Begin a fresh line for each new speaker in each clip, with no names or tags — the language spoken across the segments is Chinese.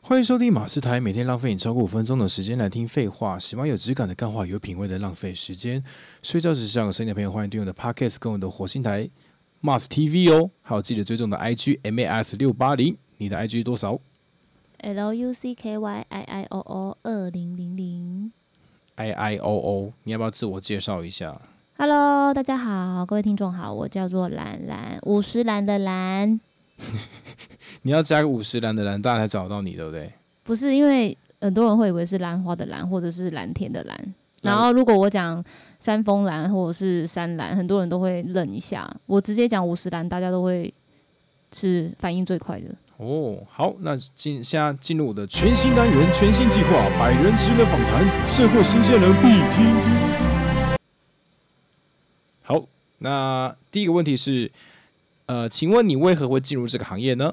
欢迎收听马斯台，每天浪费你超过五分钟的时间来听废话，喜欢有质感的干话，有品味的浪费时间。睡觉时想有声音的朋友，欢迎订阅我的 Podcast 跟我的火星台 Mars TV 哦，还有记得追踪我的 IG MAS 六八零，你的 IG 多少
L U C K Y I I O O 二零零零。
？I I O O，你要不要自我介绍一下？
Hello，大家好，各位听众好，我叫做兰兰，五十岚的兰，
你要加个五十栏的栏，大家才找到你，对不对？
不是因为很多人会以为是兰花的兰，或者是蓝天的蓝。然后如果我讲山峰蓝或者是山蓝，很多人都会愣一下。我直接讲五十岚，大家都会是反应最快的。
哦，好，那进现在进入我的全新单元、全新计划——百人职人访谈，社会新鲜人必听听。好，那第一个问题是，呃，请问你为何会进入这个行业呢？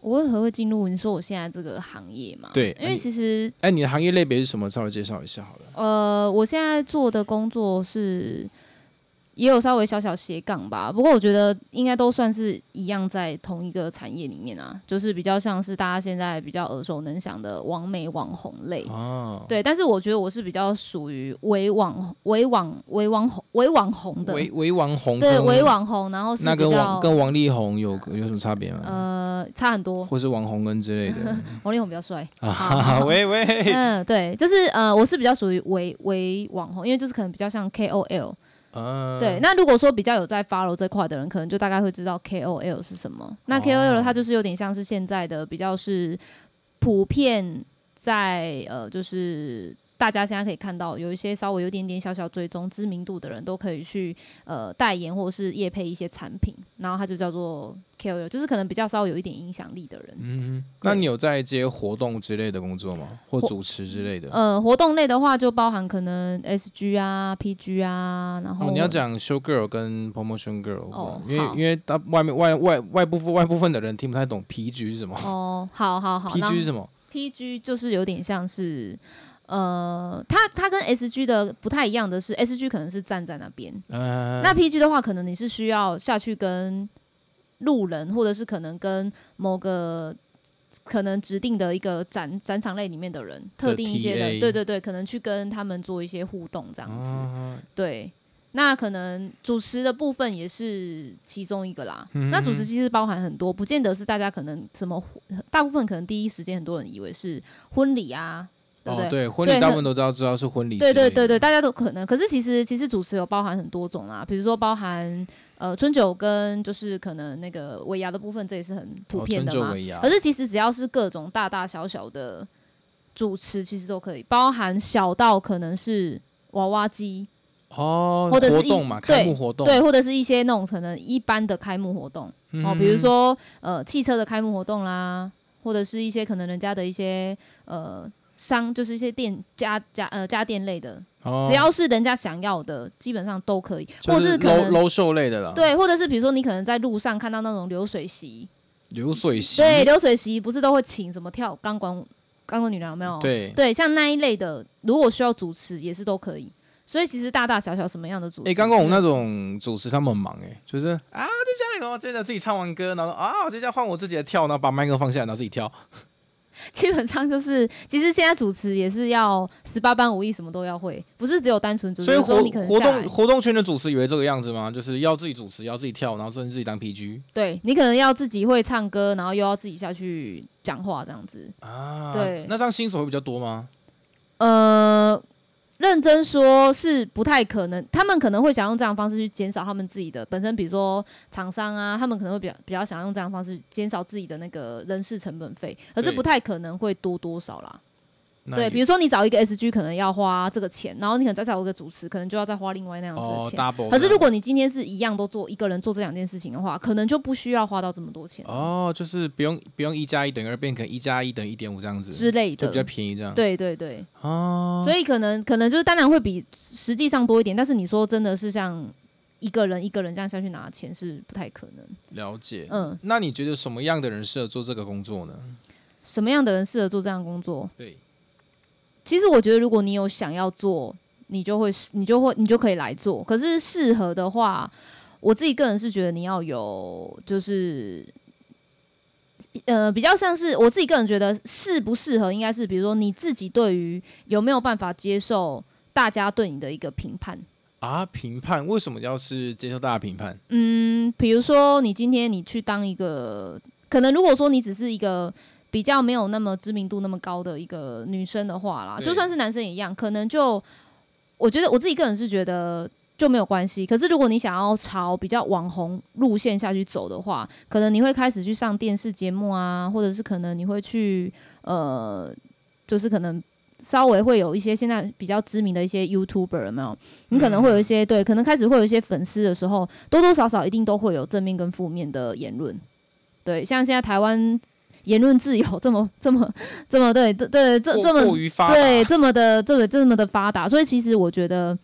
我为何会进入你说我现在这个行业嘛？
对
因
哎
为其实
哎，你的行业类别是什么？稍微介绍一下好了。
呃，我现在做的工作是也有稍微小小斜杠吧，不过我觉得应该都算是一样在同一个产业里面啊，就是比较像是大家现在比较耳熟能详的网美网红类。
哦，
对，但是我觉得我是比较属于伪网、伪网、伪网红、伪网红的，
维维网红
对，
跟
伪网红，然后是
那
比
跟
较
王跟王力宏有有什么差别吗？
呃差很多，
或是王红跟之类 的
王力宏比较帅。
啊
好
哈哈？ 喂喂，
嗯，对，就是呃，我是比较属于伪伪网红，因为就是可能比较像 KOL，
嗯，
对，那如果说比较有在 follow 这块的人，可能就大概会知道 KOL 是什么。那
哦
KOL 它就是有点像是现在的比较是普遍在呃，就是大家现在可以看到有一些稍微有点点小小追踪知名度的人都可以去呃代言或是业配一些产品，然后它就叫做 KOL，就是可能比较稍微有一点影响力的人。
嗯，那你有在接活动之类的工作吗？或
活
主持之类的？
呃，活动类的话就包含可能 SG 啊、PG 啊，然后、
哦，你要讲 show girl 跟 promotion girl，、
哦
因为
好
因为大外面外外外部分外部分的人听不太懂 PG 是什么、
哦，好好好
p
那
g 是什么？
PG 就是有点像是，呃，它它跟 SG 的不太一样的是，SG 可能是站在那边，
呃，
那 PG 的话，可能你是需要下去跟路人，或者是可能跟某个可能指定的一个展展场类里面的人，特定一些
TA
人，对对对，可能去跟他们做一些互动这样子，
啊
对。那可能主持的部分也是其中一个啦。
嗯
那主持其实包含很多，不见得是大家可能什么，大部分可能第一时间很多人以为是婚礼啊，对不
哦
对？
对，婚
对
礼大
很
部分都知道知道是婚礼之类
对
的，哦
对对对，大家都可能。可是其实其实主持有包含很多种啦，比如说包含呃春酒跟就是可能那个尾牙的部分，这也是很普遍的
哦、
嘛
春。尾牙
可是其实只要是各种大大小小的主持，其实都可以，包含小到可能是娃娃机，
哦，
或者是
活
一
动嘛，
对
开幕活动，
对，或者是一些那种可能一般的开幕活动
嗯
哦，比如说呃汽车的开幕活动啦，或者是一些可能人家的一些呃商，就是一些店家家呃家电类的
哦
只要是人家想要的，基本上都可以，
就
或者
是啊
是可
楼
能
楼售类的了，，
对，或者是比如说你可能在路上看到那种流水席，
流水席，
对，流水席不是都会请什么跳钢管舞、钢管女郎有没有？
对
对，像那一类的，如果需要主持也是都可以。所以其实大大小小什么样的主持，
哎，刚刚我们那种主持他们很忙哎、就是啊，在家里哦，真的自己唱完歌，然后啊，我这下换我自己来跳，然后把麦克风放下来，然后自己跳。
基本上就是，其实现在主持也是要十八般武艺，什么都要会，不是只有单纯主持。
所以
有时候
活
你可能
活
下
动
来
活动圈的主持以为这个样子吗？就是要自己主持，要自己跳，然后甚至自己当 PG
对你可能要自己会唱歌，然后又要自己下去讲话这样子。
啊
对
那这样新手会比较多吗？
呃，认真说是不太可能，他们可能会想用这样的方式去减少他们自己的本身，比如说厂商啊，他们可能会比较比较想用这样的方式减少自己的那个人事成本费，可是
对
不太可能会多多少啦。
那
对，
也
比如说你找一个 SG 可能要花这个钱，然后你可能再找一个主持，可能就要再花另外那样子
哦
的钱。
double，
可是
这样
如果你今天是一样都做一个人做这两件事情的话，可能就不需要花到这么多钱
哦，就是不用不用一加一等于二，变成一加一等于一点五这样子，
之类
就
的
比。较便宜这样。
对对对。
哦，
所以可能可能就是当然会比实际上多一点，但是你说真的是像一个人一个人这样下去拿钱是不太可能。
了解。
嗯，
那你觉得什么样的人适合做这个工作呢？
什么样的人适合做这样的工作？
对，
其实我觉得如果你有想要做，你就会你就会你就可以来做。可是适合的话，我自己个人是觉得你要有就是。呃，比较像是我自己个人觉得适不适合，应该是比如说你自己对于有没有办法接受大家对你的一个评判。
啊，评判为什么要是接受大家评判？
嗯，比如说你今天你去当一个，可能如果说你只是一个比较没有那么知名度那么高的一个女生的话啦，
对
就算是男生也一样，可能就我觉得我自己个人是觉得。就没有关系。可是如果你想要朝比较网红路线下去走的话，可能你会开始去上电视节目啊，或者是可能你会去呃，就是可能稍微会有一些现在比较知名的一些 YouTuber 有没有？你可能
嗯
会有一些、对，可能开始会有一些粉丝的时候，多多少少一定都会有正面跟负面的言论。对，像现在台湾言论自由这么这么这么对对对这
过
这么
过于发达
对，这么的这么这么的发达，所以其实我觉得，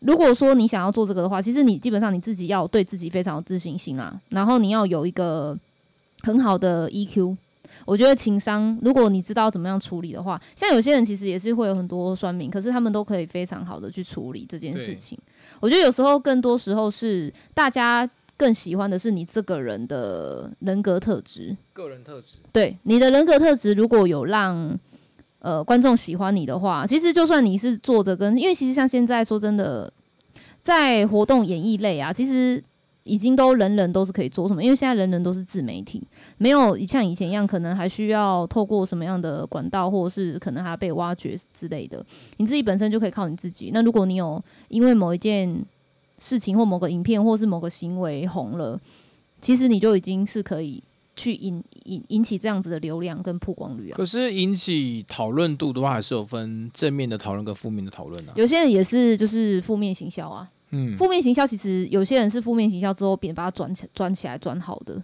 如果说你想要做这个的话，其实你基本上你自己要对自己非常有自信心啊，然后你要有一个很好的 EQ。我觉得情商，如果你知道怎么样处理的话，像有些人其实也是会有很多酸民，可是他们都可以非常好的去处理这件
对
事情。我觉得有时候更多时候是大家更喜欢的是你这个人的人格特质，
个人特质。啊
对你的人格特质，如果有让呃观众喜欢你的话，其实就算你是坐着跟，因为其实像现在说真的，在活动演艺类啊，其实已经都人人都是可以做什么，因为现在人人都是自媒体，没有像以前一样，可能还需要透过什么样的管道，或者是可能还要被挖掘之类的。你自己本身就可以靠你自己。那如果你有因为某一件事情或某个影片或是某个行为红了，其实你就已经是可以去引引引起这样子的流量跟曝光率啊。
可是引起讨论度的话，还是有分正面的讨论跟负面的讨论啊。
有些人也是就是负面行销啊，
嗯，
负面行销其实有些人是负面行销之后，别人把它转起转起来转好的。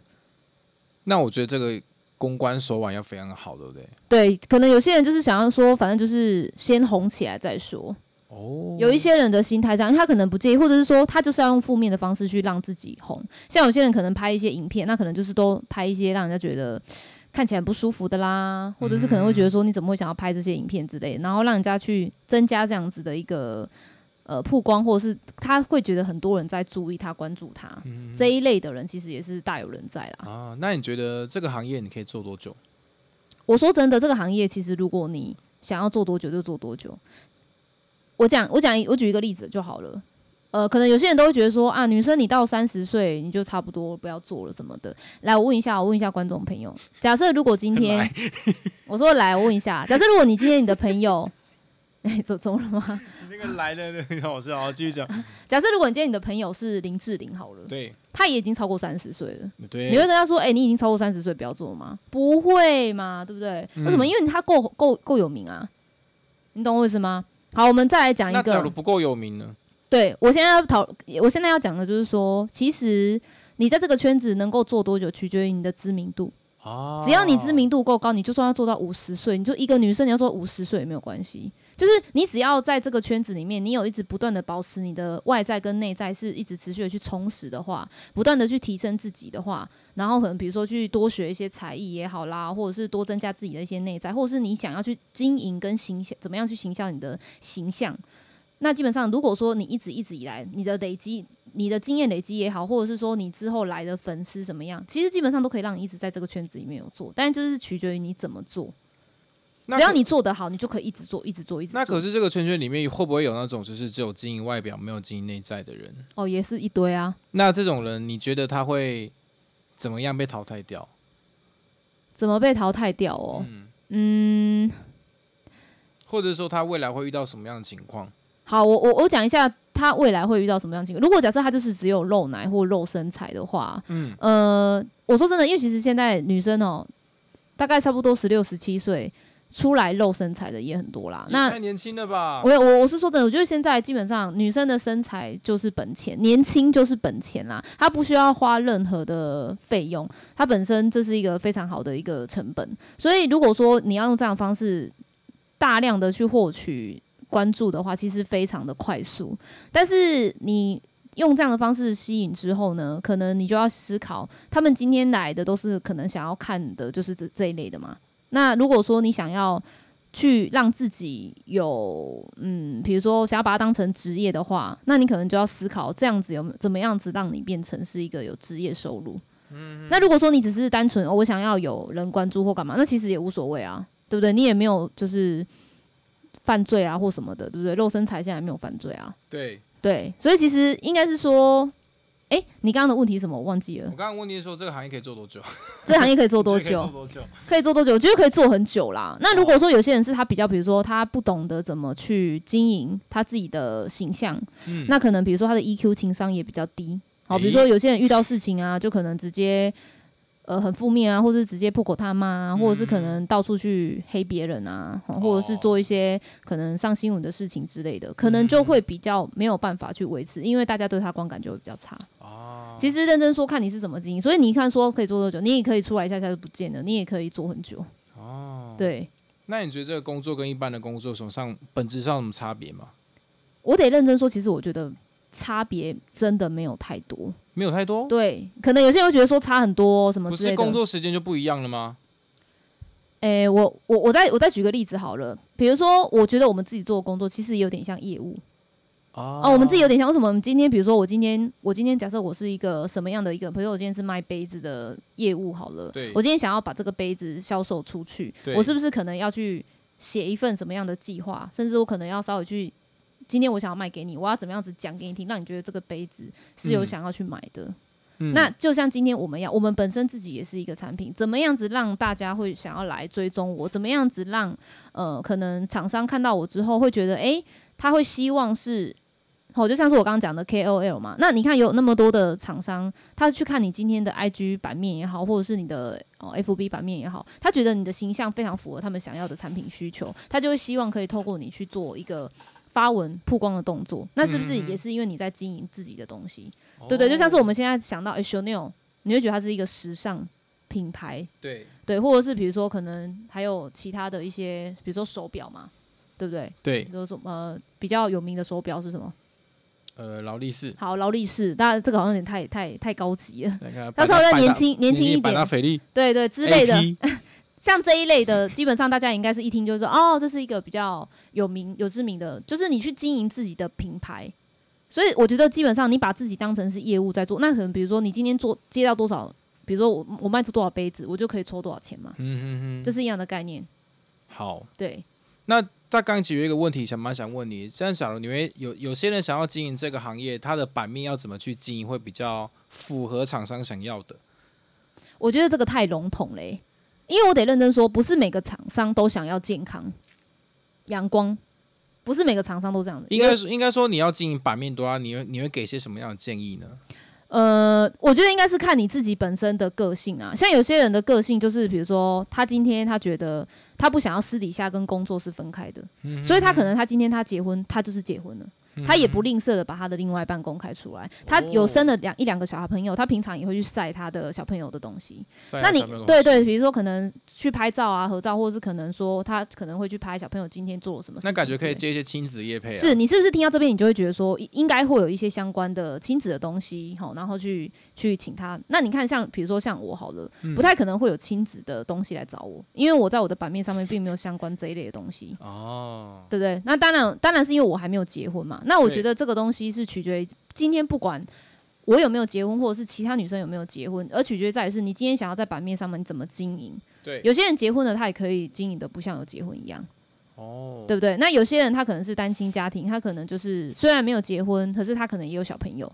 那我觉得这个公关手腕要非常好，对不对？
对，可能有些人就是想要说，反正就是先红起来再说。
哦，
有一些人的心态上，他可能不介意，或者是说他就是要用负面的方式去让自己红。像有些人可能拍一些影片，那可能就是都拍一些让人家觉得看起来很不舒服的啦，或者是可能会觉得说你怎么会想要拍这些影片之类，然后让人家去增加这样子的一个呃曝光，或者是他会觉得很多人在注意他、关注他、这一类的人，其实也是大有人在啦。
啊，那你觉得这个行业你可以做多久？
我说真的，这个行业其实如果你想要做多久就做多久。我讲，我讲一，我举一个例子就好了。呃，可能有些人都会觉得说啊，女生你到三十岁你就差不多不要做了什么的。来，我问一下，我问一下观众朋友，假设如果今天
来
我说来，我问一下，假设如果你今天你的朋友， 哎，怎怎么了吗？
那个来的很好笑啊，继续讲。
假设如果你今天你的朋友是林志玲好了，
对
她也已经超过三十岁了。
对，
你会跟他说：“哎、你已经超过三十岁，不要做了吗？”不会嘛，对不对？
嗯
为什么？因为他够够够有名啊，你懂我意思吗？好，我们再来讲一
那假如
个。
不够有名呢？
对我现在要讨，我现在要讲的就是说，其实你在这个圈子能够做多久，取决于你的知名度。
啊，
只要你知名度够高，你就算要做到五十岁，你就一个女生你要做五十岁也没有关系。就是你只要在这个圈子里面，你有一直不断的保持你的外在跟内在是一直持续的去充实的话，不断的去提升自己的话，然后可能比如说去多学一些才艺也好啦，或者是多增加自己的一些内在，或者是你想要去经营跟形象，怎么样去形象你的形象。那基本上，如果说你一直一直以来你的累积、你的经验累积也好，或者是说你之后来的粉丝怎么样，其实基本上都可以让你一直在这个圈子里面有做，但就是取决于你怎么做。
那
只要
可
你做得好，你就可以一直做、一直做、一直做。
那可是这个圈圈里面会不会有那种就是只有经营外表没有经营内在的人？
哦，也是一堆啊，
那这种人你觉得他会怎么样被淘汰掉？
怎么被淘汰掉哦？
嗯，
嗯，
或者说他未来会遇到什么样的情况？
好，我我我讲一下他未来会遇到什么样的情况。如果假设他就是只有露奶或露身材的话，
嗯，
呃，我说真的，因为其实现在女生哦，大概差不多十六、十七岁出来露身材的也很多啦。那
太年轻了吧？
我我我是说真的，我觉得现在基本上女生的身材就是本钱，年轻就是本钱啦，她不需要花任何的费用，它本身这是一个非常好的一个成本。所以如果说你要用这样的方式大量的去获取关注的话，其实非常的快速。但是你用这样的方式吸引之后呢，可能你就要思考，他们今天来的都是可能想要看的就是这这一类的嘛。那如果说你想要去让自己有，嗯，比如说想要把它当成职业的话，那你可能就要思考这样子有没有怎么样子让你变成是一个有职业收入。
嗯
那如果说你只是单纯、哦、我想要有人关注或干嘛，那其实也无所谓啊，对不对？你也没有就是犯罪啊或什么的，对不对？肉身材现在也没有犯罪啊，
对
对，所以其实应该是说，哎、你刚刚的问题是什么我忘记
我
了，
刚刚问你说这个行业可以做多久？
这行业可以做嗯 多
这个可
久
以？做多久？
可以做多久？我觉得可以做很久啦。那如果说有些人是他比较，比如说他不懂得怎么去经营他自己的形象，
嗯
那可能比如说他的 EQ 情商也比较低。好，
诶
比如说有些人遇到事情啊，就可能直接呃很负面啊，或是直接破口大
嗯
骂啊，或者是可能到处去黑别人啊，哦或者是做一些可能上新闻的事情之类
嗯
的，可能就会比较没有办法去维持，因为大家对他观感就会比较差。
啊，
其实认真说，看你是怎么经营。所以你看说可以做多久，你也可以出来一下下就不见了，你也可以做很久。
哦，
对
那你觉得这个工作跟一般的工作有什么上本质上有什么差别吗？
我得认真说，其实我觉得差别真的没有太多。
没有太多，
对，可能有些人会觉得说差很多哦什么
不
之类
是
的。
工作时间就不一样了吗？
诶、我我我再我再举个例子好了，比如说，我觉得我们自己做的工作其实有点像业务
啊
啊，我们自己有点像为什么？我们今天比如说我今天我今天假设我是一个什么样的一个，比如说我今天是卖杯子的业务好了，
对
我今天想要把这个杯子销售出去
对，
我是不是可能要去写一份什么样的计划，甚至我可能要稍微去。今天我想要卖给你，我要怎么样子讲给你听，让你觉得这个杯子是有
嗯
想要去买的。
嗯
那就像今天我们一样，我们本身自己也是一个产品，怎么样子让大家会想要来追踪我？怎么样子让呃，可能厂商看到我之后会觉得，诶，他会希望是。哦，就像是我刚刚讲的 KOL 嘛，那你看有那么多的厂商，他去看你今天的 IG 版面也好，或者是你的哦 FB 版面也好，他觉得你的形象非常符合他们想要的产品需求，他就会希望可以透过你去做一个发文曝光的动作。那是不是
嗯嗯嗯
也是因为你在经营自己的东西？对对，就像是我们现在想到 Chanel，你 E 会觉得它是一个时尚品牌，
对
对，或者是比如说可能还有其他的一些，比如说手表嘛，对不对？比
对
如说什么、呃比较有名的手表是什么？
呃劳力士，
好，劳力士，但这个好像有点太太太高级了，
那个
到
百
时候
达
再
百
年
达
轻年轻一
百达
点，
翡丽
对对之类的，
AP
像这一类的，基本上大家应该是一听就说，哦，这是一个比较有名、有知名的，就是你去经营自己的品牌。所以我觉得，基本上你把自己当成是业务在做，那可能比如说你今天做接到多少，比如说我我卖出多少杯子，我就可以抽多少钱嘛，
嗯嗯嗯，
这是一样的概念。
好。
对，
那大刚其实有一个问题，想蛮想问你，这样假如你会有有些人想要经营这个行业，他的版面要怎么去经营会比较符合厂商想要的？
我觉得这个太笼统嘞、因为我得认真说，不是每个厂商都想要健康、阳光，不是每个厂商都这样的。
应该说应该说你要经营版面多啊，你会你会给些什么样的建议呢？
呃，我觉得应该是看你自己本身的个性啊。像有些人的个性就是，比如说他今天他觉得他不想要私底下跟工作是分开的，
嗯
所以他可能他今天他结婚，他就是结婚了，他
嗯
也不吝啬的把他的另外一半公开出
哦
来。他有生了两一两个小朋友，他平常也会去晒他的小朋友的东西。
晒
那
到
你
小朋友的
对
东西
对，比如说可能去拍照啊、合照，或者是可能说他可能会去拍小朋友今天做了什么事情之类
那
的，
感觉可以接一些亲子业配啊。
是你是不是听到这边，你就会觉得说应应该会有一些相关的亲子的东西，好，然后去去请他。那你看像，比如说像我好了，
嗯
不太可能会有亲子的东西来找我，因为我在我的版面上面并没有相关这一类的东西，
哦，
对不对？那当然，当然是因为我还没有结婚嘛。那我
对
觉得这个东西是取决于今天不管。我有没有结婚，或者是其他女生有没有结婚，而取决在于是你今天想要在版面上面你怎么经营。
对，
有些人结婚了，他也可以经营的不像有结婚一样。
哦，
对不对？那有些人他可能是单亲家庭，他可能就是虽然没有结婚，可是他可能也有小朋友，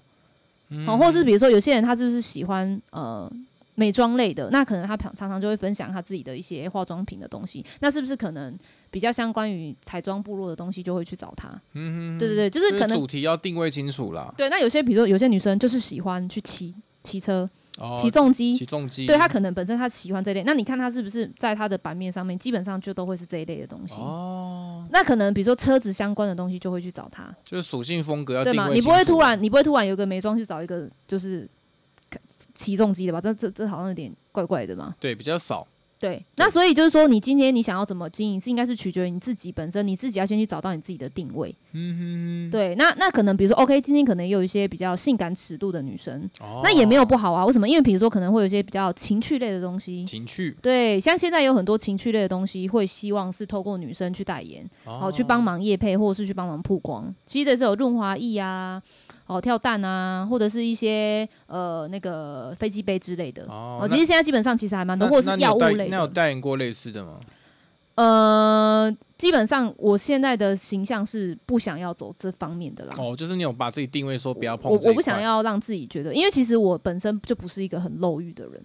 嗯哦
好、或者是比如说有些人他就是喜欢呃美妆类的，那可能他常常常就会分享他自己的一些化妆品的东西，那是不是可能比较相关于彩妆部落的东西就会去找他？
嗯
对对对，就是
所以
可能
主题要定位清楚啦。
对。那有些比如说有些女生就是喜欢去骑骑车、
哦，
骑重机，
起重机，
对她可能本身她喜欢这类，那你看她是不是在她的版面上面基本上就都会是这一类的东西？
哦，
那可能比如说车子相关的东西就会去找她。
就是属性风格要
对
定
嘛？
位。
你不会突，然，你不会突然有一个美妆去找一个就是起重机的吧？这这这好像有点怪怪的嘛。
对，比较少。
对，那所以就是说，你今天你想要怎么经营，是应该是取决于你自己本身，你自己要先去找到你自己的定位。
嗯
对，那那可能比如说，OK，今天可能也有一些比较性感尺度的女生，
哼，哦
那也没有不好啊。为什么？因为比如说可能会有一些比较情趣类的东西。
情趣，
对，像现在有很多情趣类的东西，会希望是透过女生去代言，
哦
好、去帮忙业配，或者是去帮忙曝光。其实这是有润滑液啊，哦跳蛋啊，或者是一些呃那个飞机杯之类的。
哦
哦，其实现在基本上其实还蛮多，或者是药物类
那有
的。
代言过类似的吗？
呃，基本上我现在的形象是不想要走这方面的啦。
哦，就是你有把自己定位说不要碰
我
这一
我不想
块，
要让自己觉得，因为其实我本身就不是一个很漏欲的人，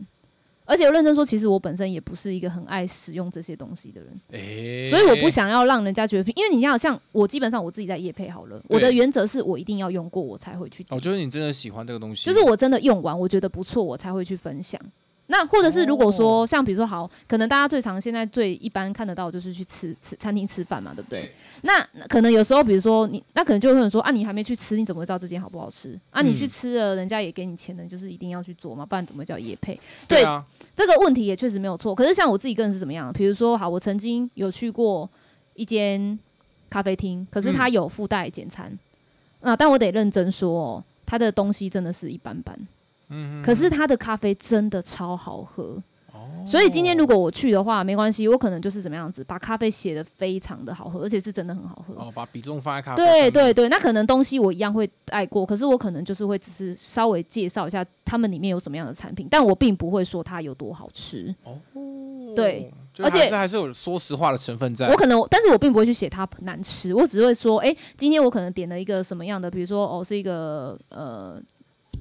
而且我认真说，其实我本身也不是一个很爱使用这些东西的人，
哎，
所以我不想要让人家觉得，因为你想像我基本上我自己在夜配好了，我的
对
原则是我一定要用过我才会去讲
哦，，就是你真的喜欢这个东西，
就是我真的用完我觉得不错，我才会去分享。那或者是如果说、
哦
像比如说好，可能大家最常现在最一般看得到就是去吃吃餐厅吃饭嘛，对不对？
对
那那可能有时候，比如说你，那可能就会有人说啊，你还没去吃，你怎么会知道这间好不好吃？啊，
嗯
你去吃了，人家也给你钱的，你就是一定要去做嘛，不然怎么叫业配？
对啊，
这个问题也确实没有错。可是像我自己个人是怎么样？比如说，好，我曾经有去过一间咖啡厅，可是它有附带简餐，那、但我得认真说哦，它的东西真的是一般般，
嗯，
可是它的咖啡真的超好喝。
哦
所以今天如果我去的话，没关系，我可能就是怎么样子，把咖啡写的非常的好喝，而且是真的很好喝。
哦，把比重放在咖啡上
对
面
对对，那可能东西我一样会带过，可是我可能就是会只是稍微介绍一下他们里面有什么样的产品，但我并不会说它有多好吃。
哦，
对，
而
而且
且还是有说实话的成分在
我。可能，但是我并不会去写它难吃，我只会说，哎、今天我可能点了一个什么样的，比如说哦，是一个呃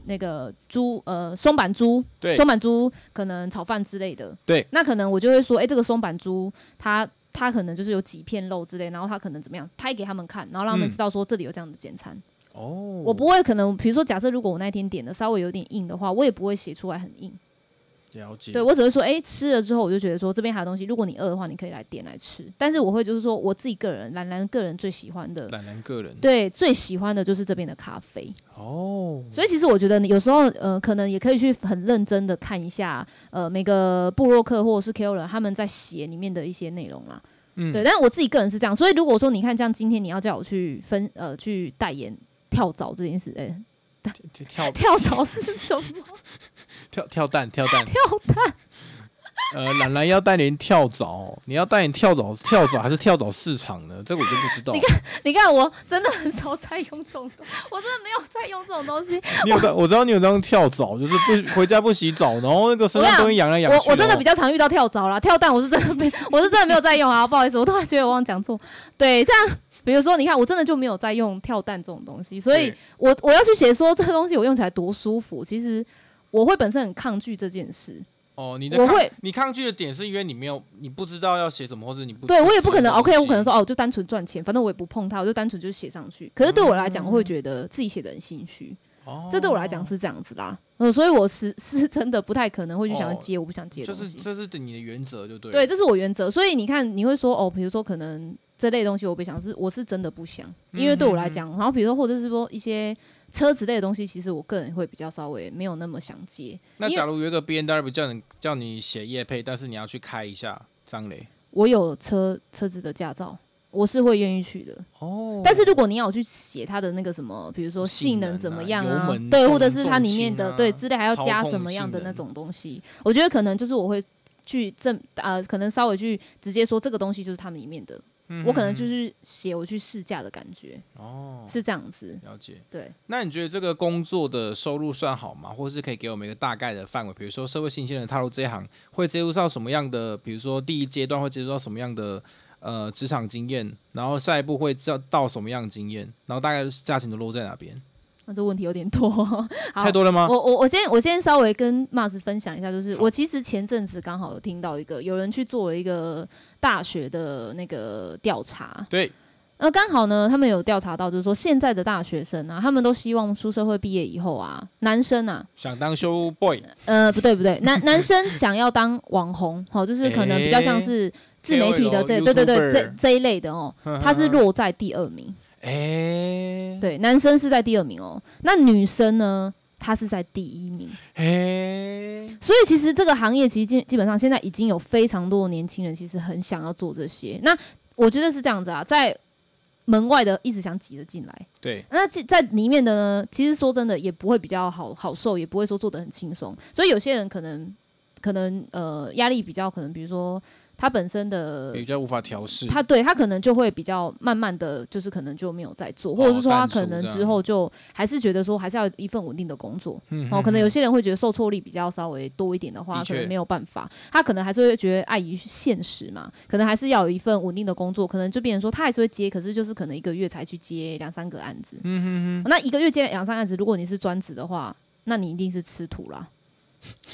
那个猪呃松板猪，
对
松板猪可能炒饭之类的，
对，
那可能我就会说，哎、这个松板猪它。它可能就是有几片肉之类，然后它可能怎么样拍给他们看，然后让他们
嗯
知道说这里有这样的简餐。
哦，
我
我
不会，可能比如说，假设如果我那天点的稍微有点硬的话，我也不会写出来很硬。
了解，
对我只会说，哎、吃了之后我就觉得说这边还有东西，如果你饿的话，你可以来点来吃。但是我会就是说，我自己个人，兰兰个人最喜欢的，
懒人个人
对，最喜欢的就是这边的咖啡。
哦，
所以其实我觉得你有时候，呃，可能也可以去很认真的看一下，呃，每个部落客或者是 KOL 人他们在写里面的一些内容啦。
嗯
对，但是我自己个人是这样，所以如果说你看，像今天你要叫我去分，呃，去代言跳蚤这件事，哎、
跳跳
跳蚤是什么？
跳跳蛋跳蛋，
跳蛋。
呃，懒懒要带您跳蚤，你要带你跳蚤跳蚤还是跳蚤市场呢？这个我就不知道。
你
看，
你看，我真的很少在用这种东西，我真的没有在用这种东西。
你有在我知道你有张跳蚤，就是不回家不洗澡，然后那个身上都会痒来痒去哦
我我真的比
较
较常遇到跳蚤啦，跳蛋我是真的没，我是真的没有在用啊，不好意思，我突然觉得我忘讲错。对，像比如说，你看，我真的就没有在用跳蛋这种东西，所以我我要去写说这个东西我用起来多舒服，其实。我会本身很抗拒这件事，
哦，你的
我
抗
会
你抗拒的点是因为你没有你不知道要写什么，或者你不
对我也不可
喜
能
欢
，OK，
这
我
个东西
可能说哦，我就单纯赚钱，反正我也不碰它，我就单纯就写上去。可是对我来讲，我会觉得自己写的很心虚。
哦，
这对我来讲是这样子啦，呃，所以我是是真的不太可能会去想要
哦
接我不想接的
就
东
是
西。
这是你的原则就对了
对，这是我原则。所以你看，你会说哦，比如说可能这类东西我不想，是我是真的不想，因为对我来讲，然后比如说或者是说一些车子类的东西，其实我个人会比较稍微没有那么想接，
那
因为
假如有一个 B N W 叫你叫你写业配，但是你要去开一下张磊
我有车车子的驾照，我是会愿意去的。
哦
但是如果你要去写它的那个什么，比如说性能怎么样
性能啊
啊，
油门
对，
重
或者是它里面
重
的、
心啊
对之类还要加
操控
什么样的
性能
那种东西，我觉得可能就是我会去正呃，可能稍微去直接说这个东西就是他们里面的，
嗯
我可能就是写我去试驾的感觉
哦，
是这样子，
了解。
对。
那你觉得这个工作的收入算好吗？或是可以给我们一个大概的范围？比如说社会新鲜人踏入这一行，会接触到什么样的？比如说第一阶段会接触到什么样的呃职场经验，然后下一步会知到什么样的经验，然后大概价钱都落在哪边？
那这问题有点多，好
太多了吗？
我我我先我先稍微跟 Mars 分享一下，就是
啊好
我其实前阵子刚好有听到一个有人去做了一个大学的那个调查，
对，
那刚好呢，他们有调查到，就是说现在的大学生啊，他们都希望出社会毕业以后啊，男生啊，
想当修 boy，
呃，不对不对，男男生想要当网红，好、就是可能比较像是自媒体的这、
KOL
对对对
YouTuber
这这一类的哦，他 是落在第二名，
哎
对，男生是在第二名哦，那女生呢，她是在第一名，
哎，
所以其实这个行业其实基基本上现在已经有非常多的年轻人其实很想要做这些，那我觉得是这样子啊，在门外的一直想挤着进来。
对，
那其在里面的呢，其实说真的也不会比较好好受，也不会说做的很轻松，所以有些人可能。可能呃压力比较可能，比如说他本身的
比较无法调试。
他对他可能就会比较慢慢的就是可能就没有在做，或者是说他可能之后就还是觉得说还是要一份稳定的工作。
嗯
哦，可能有
嗯
些人会觉得受挫力比较稍微多一点的话，
的
可
确
能没有办法，他可能还是会觉得碍于现实嘛，可能还是要有一份稳定的工作，可能就变成说他还是会接，可是就是可能一个月才去接两三个案子。
嗯哼哼，
那一个月接两三案子，如果你是专职的话，那你一定是吃土啦。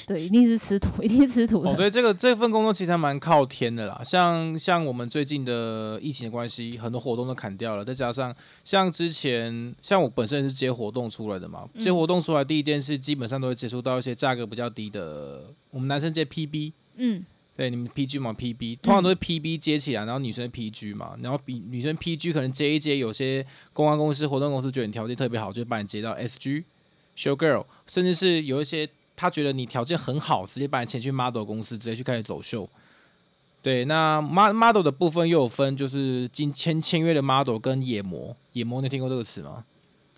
对，一定是吃土，一定是吃土的。
哦，对，这个这份工作其实还蛮靠天的啦。像像我们最近的疫情的关系，很多活动都砍掉了，再加上像之前像我本身是接活动出来的嘛，
嗯
接活动出来第一件事基本上都会接触到一些价格比较低的，我们男生接 PB。
嗯，
对，你们 PG 嘛，PB 通常都是 PB 接起来，然后女生 PG 嘛，然后比女生 PG 可能接一接，有些公关公司、活动公司觉得你条件特别好，就把你接到 SG、show girl，甚至是有一些他觉得你条件很好，直接把你请去 model 公司，直接去开始走秀。对，那 mo- model 的部分又有分，就是经签签约的 model 跟野模，野模你有听过这个词吗？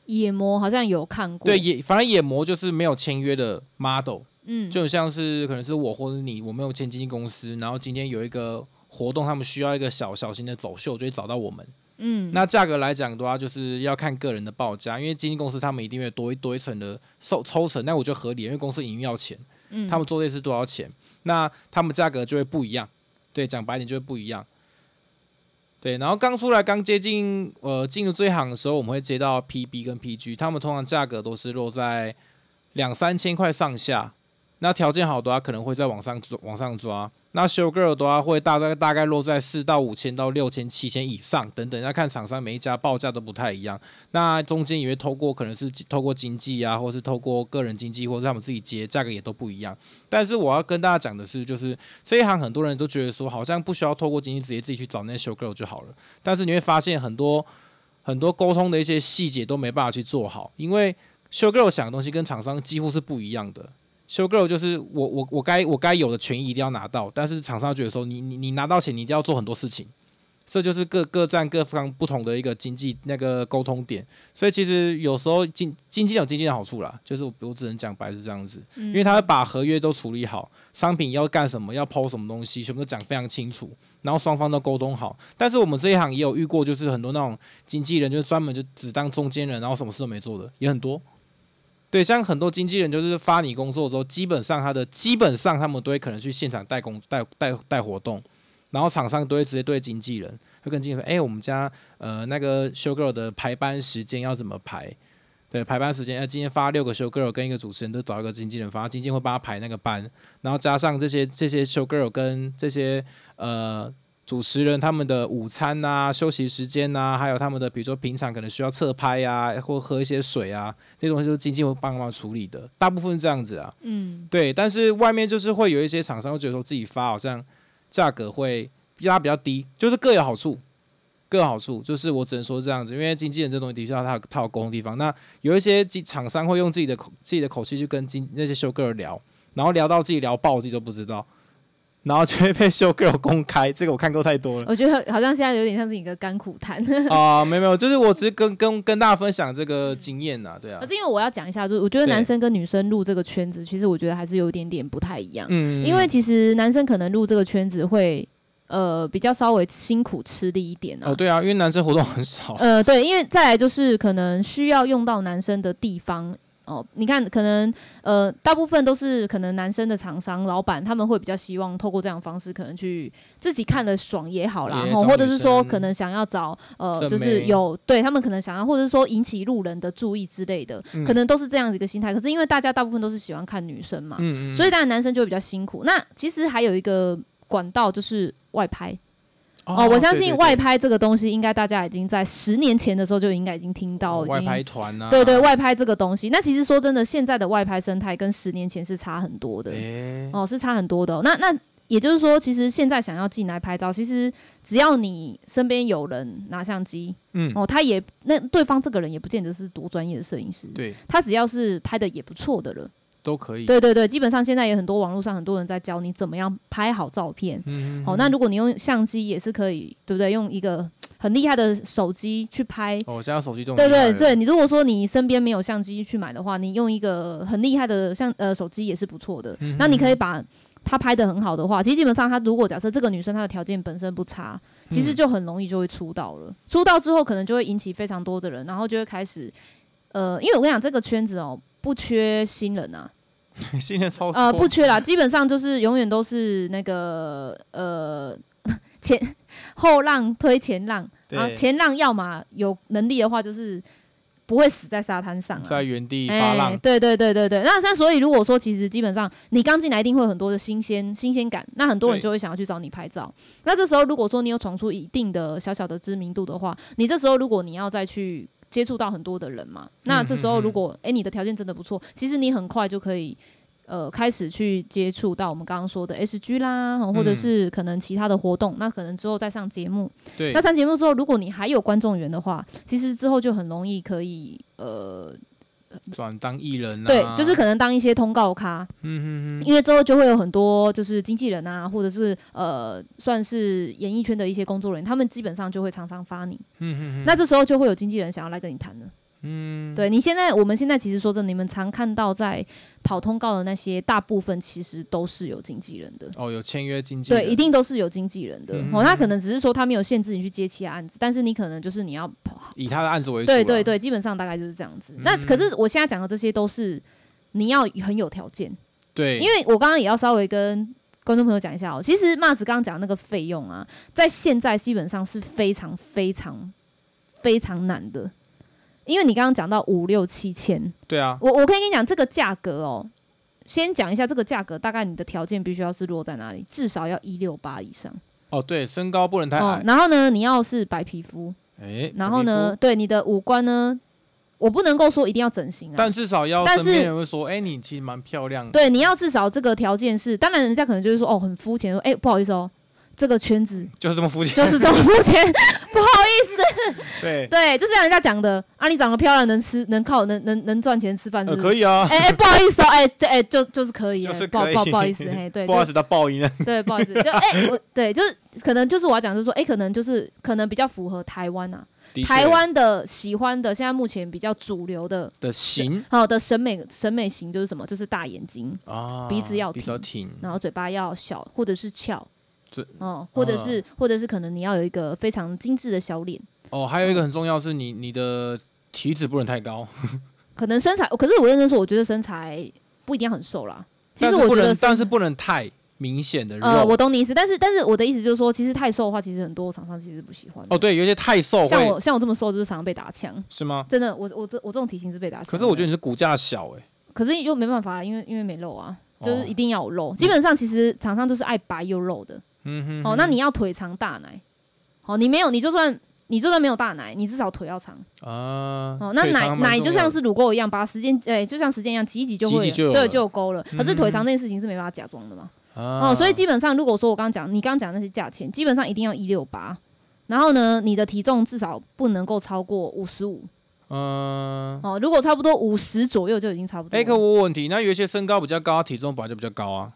野魔好像有看过。
对，，野反正野模就是没有签约的 model，
嗯，
就很像是可能是我或者你，我没有签经纪公司，然后今天有一个活动，他们需要一个小小型的走秀，就会找到我们。
嗯，
那价格来讲的话，就是要看个人的报价，因为经纪公司他们一定会多一多一层的抽抽成，那我觉得合理，因为公司营运要钱，
嗯
他们做这次多少钱，那他们价格就会不一样。对，讲白点就会不一样。对，然后刚出来、刚接近呃进入这一行的时候，我们会接到 PB 跟 PG，他们通常价格都是落在两三千块上下。那条件好的话，啊可能会再往上抓往上抓。那 show girl 的话，会大概大概落在四到五千到六千、七千以上等等。要看厂商每一家报价都不太一样。那中间也会透过可能是透过经济啊，或是透过个人经济，或是他们自己接，价格也都不一样。但是我要跟大家讲的是，就是这一行很多人都觉得说，好像不需要透过经济直接自己去找那些 show girl 就好了。但是你会发现很多很多沟通的一些细节都没办法去做好，因为 show girl 想的东西跟厂商几乎是不一样的。show girl 就是我我我该我该有的权益一定要拿到，但是厂商觉得说你你你拿到钱，你一定要做很多事情。这就是各各站各方不同的一个经济那个沟通点，所以其实有时候经经济有经济的好处啦，就是我我只能讲白是这样子。
因
因为他会把合约都处理好，商品要干什么，要抛什么东西，全部都讲非常清楚，然后双方都沟通好。但是我们这一行也有遇过，就是很多那种经纪人，就是专门就只当中间人，然后什么事都没做的也很多。对，像很多经纪人就是发你工作之后，基本上他的基本上他们都会可能去现场带工带带带活动，然后厂商都会直接对经纪人，会跟经纪人说，哎、我们家呃那个 show girl 的排班时间要怎么排？对，排班时间，呃，今天发六个 show girl 跟一个主持人，都找一个经纪人发，经纪人会帮他排那个班，然后加上这些这些 show girl 跟这些呃主持人他们的午餐呐、休息时间呐、还有他们的比如说平常可能需要侧拍呀、或喝一些水啊，这种就是经纪人会帮忙处理的，大部分是这样子啊。
嗯
对，但是外面就是会有一些厂商会觉得说自己发好像价格会压比较低，就是各有好处，各有好处。就是我只能说这样子，因为经纪人这东西的确他有他有沟通地方。那有一些经厂商会用自己的口自己的口气去跟经那些修 girl 聊，然后聊到自己聊爆，自己都不知道，然后就会被修 girl 公开。这个我看过太多了。
我觉得好像现在有点像是一个甘苦谈，可
啊、没有没有，就是我只是跟跟跟大家分享这个经验呐、对啊，
是因为我要讲一下，就是我觉得
对
男生跟女生入这个圈子，其实我觉得还是有一点点不太一样，
嗯
因为其实男生可能入这个圈子会呃比较稍微辛苦吃力一点啊。
哦对啊，因为男生活动很少，
呃，对，因为再来就是可能需要用到男生的地方哦。你看，可能呃，大部分都是可能男生的厂商老板，他们会比较希望透过这样的方式，可能去自己看的爽也好啦，
也
然后
找
或者是
女
说
生
可能想要找呃，
正
就是
妹
有对他们可能想要，或者是说引起路人的注意之类的，可
嗯
能都是这样子一个心态。可是因为大家大部分都是喜欢看女生嘛，
嗯嗯，
所以当然男生就会比较辛苦。那其实还有一个管道就是外拍。哦，我相信外
拍
拍这个东西，应该大家已经在十年前的时候就应该已经听到，已
哦
经
外拍团啊，
对对，外拍这个东西。那其实说真的，现在的外拍生态跟十年前是差很多的，
诶
哦，是差很多的哦、那那也就是说，其实现在想要进来拍照，其实只要你身边有人拿相机，
嗯，
哦，他也那对方这个人也不见得是多专业的摄影师，
对，
他只要是拍的也不错的了，
都可以。
对对对，基本上现在也很多网络上很多人在教你怎么样拍好照片。
嗯，嗯
哦好、那如果你用相机也是可以，对不对？用一个很厉害的手机去拍，
哦，现在手机都
对
很厉害
对
了
对。，你如果说你身边没有相机去买的话，你用一个很厉害的像呃手机也是不错的。那你可以把他拍的很好的话，其实基本上他如果假设这个女生她的条件本身不差，其实就很容易就会出道了。出道之后，可能就会引起非常多的人，然后就会开始，呃，因为我跟你讲，这个圈子哦，不缺新人啊，
新人超
呃，
多
不缺啦，基本上就是永远都是那个呃前后浪推前浪，
对
然后啊前浪要么有能力的话，就是不会死在沙滩上、啊，
在原地发浪，
对对对对对，那那所以如果说其实基本上你刚进来一定会有很多的新鲜新鲜感，那很多人
对
就会想要去找你拍照。那这时候如果说你有闯出一定的小小的知名度的话，你这时候如果你要再去接触到很多的人嘛，
嗯
那这时候如果诶你的条件真的不错，其实你很快就可以。呃，开始去接触到我们刚刚说的 SG 啦，或者
嗯
是可能其他的活动，那可能之后再上节目，
对
那上节目之后，如果你还有观众缘的话，其实之后就很容易可以呃
转当艺人啊，
对，就是可能当一些通告咖，
嗯嗯嗯，
因为之后就会有很多就是经纪人啊，或者是呃，算是演艺圈的一些工作人员，他们基本上就会常常发你。
嗯嗯嗯，
那这时候就会有经纪人想要来跟你谈了。
嗯
对你现在，我们现在其实说真的，你们常看到在跑通告的那些，大部分其实都是有经纪人的。
哦有签约经纪人，
对，一定都是有经纪人的、
嗯
哦。他可能只是说他没有限制你去接其他案子，但是你可能就是你要跑
以他的案子为主，啊
对对，对，基本上大概就是这样子。那
嗯
可是我现在讲的这些都是你要很有条件，
对，
因为我刚刚也要稍微跟观众朋友讲一下哦、其实 Mars 刚刚讲那个费用啊，在现在基本上是非常非常非常难的，因为你刚刚讲到五六七千，
对啊，
我我可以跟你讲这个价格哦、先讲一下这个价格，大概你的条件必须要是落在哪里，至少要一六八以上
哦对，身高不能太
哦
矮。，
然后呢，你要是白皮肤，
哎，
然后
本
呢，
尼夫？
对你的五官呢，我不能够说一定要整形啊，
但至少要
但
身边
是
人会说，哎，你其实蛮漂亮的，
对，你要至少这个条件是，当然人家可能就是说哦，很肤浅，说哎、不好意思哦，这个圈子
就是这么肤浅，
就是这么肤浅，
对，
对，就像人家讲的啊，你长得漂亮能吃能靠能能能赚钱吃饭是
呃
不是？
可以啊，
哎哎、不好意思哦，哎、这哎、就就是可以，
就
哎
是
不好
可以
不好不好 意思，嘿，对，
不好意
就
思，他报应了，
对，不好意思，就哎、我对，就是可能就是我要讲，就是说，哎、可能就是可能比较符合台湾啊，
的确
台湾的喜欢的现在目前比较主流的，
的型
好的审美审美型就是什么，就是大眼睛，
啊，
鼻子要
比较挺，
然后嘴巴要小或者是翘
嘴，啊
哦，或者是、或者是可能你要有一个非常精致的小脸，
哦，还有一个很重要是你你的体脂不能太高，
可能身材，哦可是我认真说，我觉得身材不一定要很瘦啦。其
但
实
是
我
不
觉得
能，
身，
但是不能太明显的肉。
呃，我懂你意思，但是但是我的意思就是说，其实太瘦的话，其实很多厂商其实不喜欢的。
哦，对，有一些太瘦
像
会
我像我这么瘦，就是常常被打枪。
是吗？
真的，我我这我这种体型是被打枪的。
可是我觉得你是骨架小哎、
可是又没办法，因为因为没肉啊，就是
哦
一定要有肉。基本上其实厂商就是爱白又肉的。
嗯哼
哦，那你要腿长大奶。哦，你没有，你就算你就算没有大奶，你至少腿要长。
啊，
哦，那
腿长
奶
还蛮
奶就
重要
像
的
是乳沟一样，把时间哎、就像时间一样挤一挤就
挤一
会
挤就有了
对就有沟了。可是腿
嗯
长这件事情是没办法假装的嘛。
啊
哦，所以基本上如果说我刚刚讲你刚刚讲那些价钱，基本上一定要一六八。然后呢，你的体重至少不能够超过五十五
嗯，
哦，如果差不多五十左右就已经差不多
哎、
了。
可我有问题，那有一些身高比较高，体重本来就比较高啊，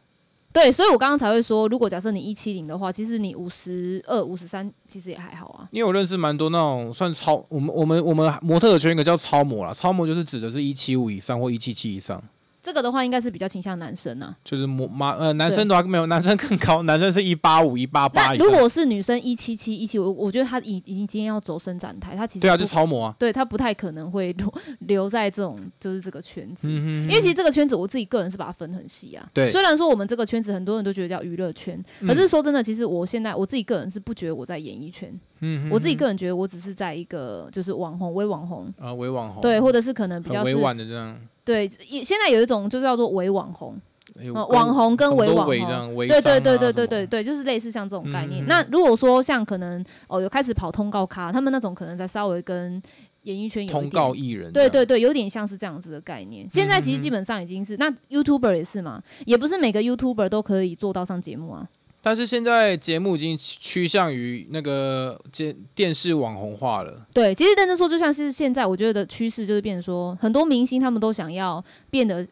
对，所以我刚刚才会说，如果假设你一七零的话，其实你五十二、五十三其实也还好啊。
因为我认识蛮多那种算超，我们我们我们模特的圈一个叫超模啦，超模就是指的是一七五以上或一七七以上。
这个的话应该是比较倾向男生啊。
就是模妈呃，男生的话没有，男生更高，男生是一八五、一八八
那
以
如
上。
果是女生一七七、一七五，我觉得她已已经今天要走伸展台，她其实
对啊，
不
就超模啊。
对他不太可能会留 留在这种就是这个圈子。
嗯
因为其实这个圈子，我自己个人是把它分很细啊。
对
虽然说我们这个圈子很多人都觉得叫娱乐圈，
嗯
可是说真的，其实我现在我自己个人是不觉得我在演艺圈，
嗯
我自己个人觉得我只是在一个就是网红、微网红，
啊，伪网红，
对，，或者是可能比
很
较
委
是
婉的这样，
对，也现在有一种就叫做伪网红，
哎
呃
我跟
网红跟
什么
伪
都
网
伪
红
这样，伪
对对
商
对
啊
对
什么
对对对，就是类似像这种概念。
嗯
那如果说像可能哦有开始跑通告咖，他们那种可能在稍微跟演艺圈有一
通
点
告艺人这
对
样，嗯
对对，有点像是这样子的概念。现在其实基本上已经是，那 YouTuber 也是嘛，也不是每个 YouTuber 都可以做到上节目啊。
但是现在节目已经趋趋向于那个电电视网红化了，
对，其实认真说，就像是现在我觉得趋势就是变成说，很多明星他们都想要变得，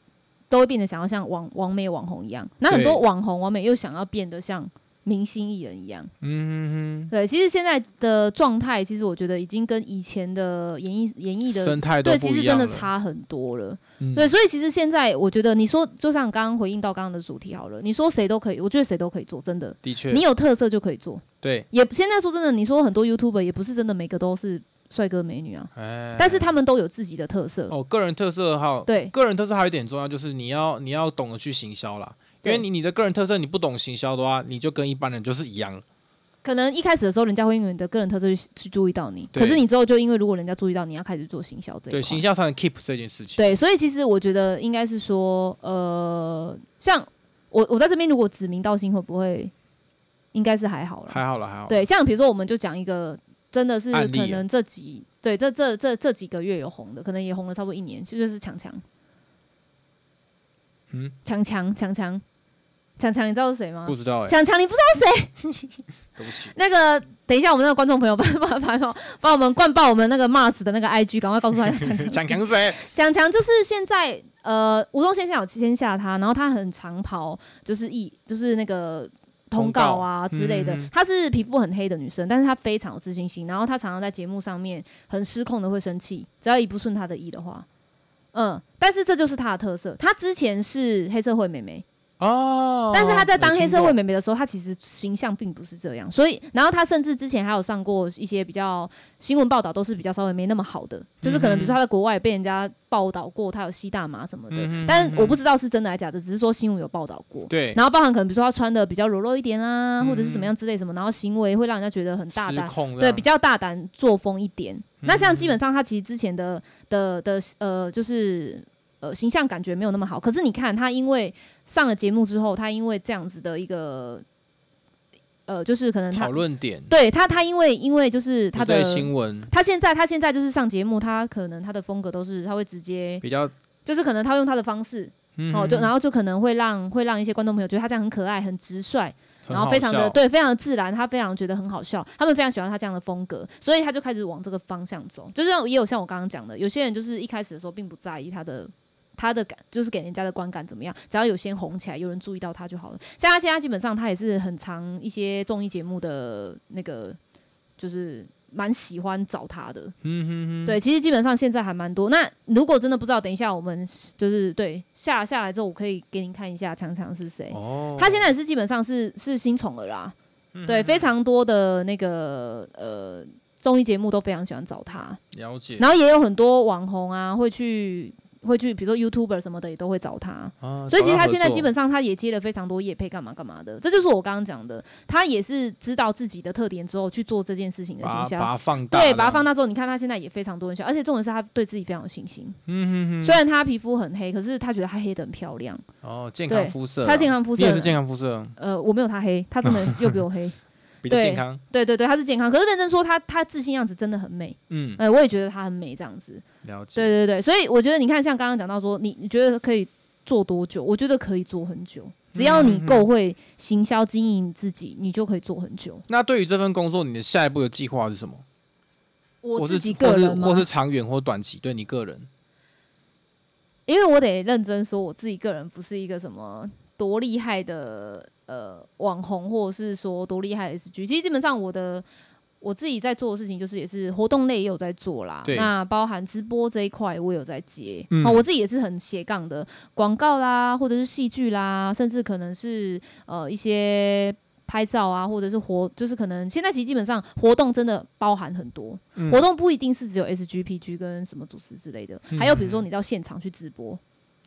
都会变得想要像网网美网红一样。那很多
对
网红网美又想要变得像明星艺人一样。
嗯哼
对，其实现在的状态，其实我觉得已经跟以前的演艺演艺
哼，
的
生态都
对，
不
其实
一
真
样
的
了。
差很多了。
嗯
对，所以其实现在我觉得，你说就像刚刚回应到刚刚的主题好了，你说谁都可以，我觉得谁都可以做，真的，
的确
你，有特色就可以做。
对，
也现在说真的，你说很多 YouTuber 也不是真的每个都是帅哥美女啊，
哎，
但是他们都有自己的特色。
哦，个人特色还有
对
个人特色还有一点很重要，就是你要你要懂得去行销啦，因为
对
你你的个人特色你不懂行销的话，你就跟一般人就是一样。
可能一开始的时候，人家会因为你的个人特色去去注意到你，
对
可是你之后就因为如果人家注意到你，要开始做行销这一块。
对，行销才能 keep 这件事情。
对，所以其实我觉得应该是说，呃，像我我在这边如果指名道姓会不会，应该是还好啦。
还好了，还好。，
对，像比如说我们就讲一个，真的是
案例
可
耶
能这几对这这这这几个月有红的，可能也红了差不多一年，其实就是强强，
嗯，
强强强强强强，你知道是谁吗
不？知道哎、
强强，你不知道
对不起，
那个？等一下，我们那个观众朋友帮帮帮帮我们灌爆我们那个 Mars 的那个 IG，赶快告诉 他强强
想强欸谁？
强强就是现在呃，吴宗宪现在有签下他，然后他很长跑，就是一就是那个。通告啊
通告
之类的
嗯，
她是皮肤很黑的女生，但是她非常有自信心。然后她常常在节目上面很失控的会生气，只要一不顺她的意的话，嗯，但是这就是她的特色。她之前是黑社会妹妹，
哦，
但是她在当黑社会
没
妹妹的时候，她其实形象并不是这样。所以，然后她甚至之前还有上过一些比较新闻报道，都是比较稍微没那么好的，
嗯
就是可能比如说她在国外被人家报道过，她有吸大麻什么的，
嗯哼
但我不知道是真的还是假的，只是说新闻有报道过。
对，
然后包含可能比如说她穿的比较柔弱一点啦、
嗯
或者是怎么样之类什么，然后行为会让人家觉得很大
失
胆，
控这
对，
样
比较大胆作风一点。
嗯
那像基本上她其实之前的的的呃，就是呃形象感觉没有那么好，可是你看她因为上了节目之后，她因为这样子的一个呃，就是可能她
讨论点，
对她她因为因为就是她
不对
的。
新闻
她现在，她现在就是上节目，她可能她的风格都是，她会直接，
比较嗯
就是可能她会用她的方式，哦，就然后就可能会让会让一些观众朋友觉得她这样很可爱、很直率，然后非常的，
嗯
对，非常的自然，他非常觉得很好笑，他们非常喜欢他这样的风格，所以他就开始往这个方向走。就是像也有像我刚刚讲的，有些人就是一开始的时候并不在意他的。他的感就是给人家的观感怎么样？只要有先红起来，有人注意到他就好了。像他现在基本上他也是很常一些综艺节目的那个，就是蛮喜欢找他的。
嗯哼哼，
对，其实基本上现在还蛮多。那如果真的不知道，等一下我们就是对下下来之后，我可以给您看一下强强是谁。
哦，
他现在也是基本上是是新宠儿啦，
嗯
对，
哼
非常多的那个呃综艺节目都非常喜欢找他，
了解，
然后也有很多网红啊会去会去，比如说 YouTuber 什么的也都会找他，
啊
所以其实
找
他
合
现在
作
基本上他也接了非常多业配干嘛干嘛的，这就是我刚刚讲的，他也是知道自己的特点之后去做这件事情的
把
行
它把
销。
它放大，
对，把它放
大，
大之后，你看他现在也非常多人笑，而且重点是他对自己非常有信心。
嗯哼
虽然他皮肤很黑，可是他觉得他黑的很漂亮。
哼，哦，健
对
康肤色啦，
他健康肤色
你也是健康肤色，
呃，我没有他黑，他真的又比我黑。
比较
对
健康，
对对对，她是健康。可是认真说她，她自信样子真的很美。
嗯，
呃，我也觉得她很美这样子。
了解，
对对对，所以我觉得你看，像刚刚讲到说，你你觉得可以做多久？我觉得可以做很久，只要
嗯
你够会行销经营自己，你就可以做很久。
那对于这份工作，你的下一步的计划是什么？
我
或
自
是
己
或
个
是
人
或
嘛
是，长远或短期，对你个人，
因为我得认真说，我自己个人不是一个什么多厉害的呃网红，或者是说多厉害的 SG。其实基本上我的。我自己在做的事情就是也是活动类也有在做啦，
对
那包含直播这一块我有在接，
嗯
好，我自己也是很斜杠的广告啦，或者是戏剧啦，甚至可能是呃一些拍照啊，或者是活，就是可能现在其实基本上活动真的包含很多，
嗯
活动不一定是只有 SGPG 跟什么主持之类的，还有比如说
嗯
你到现场去直播，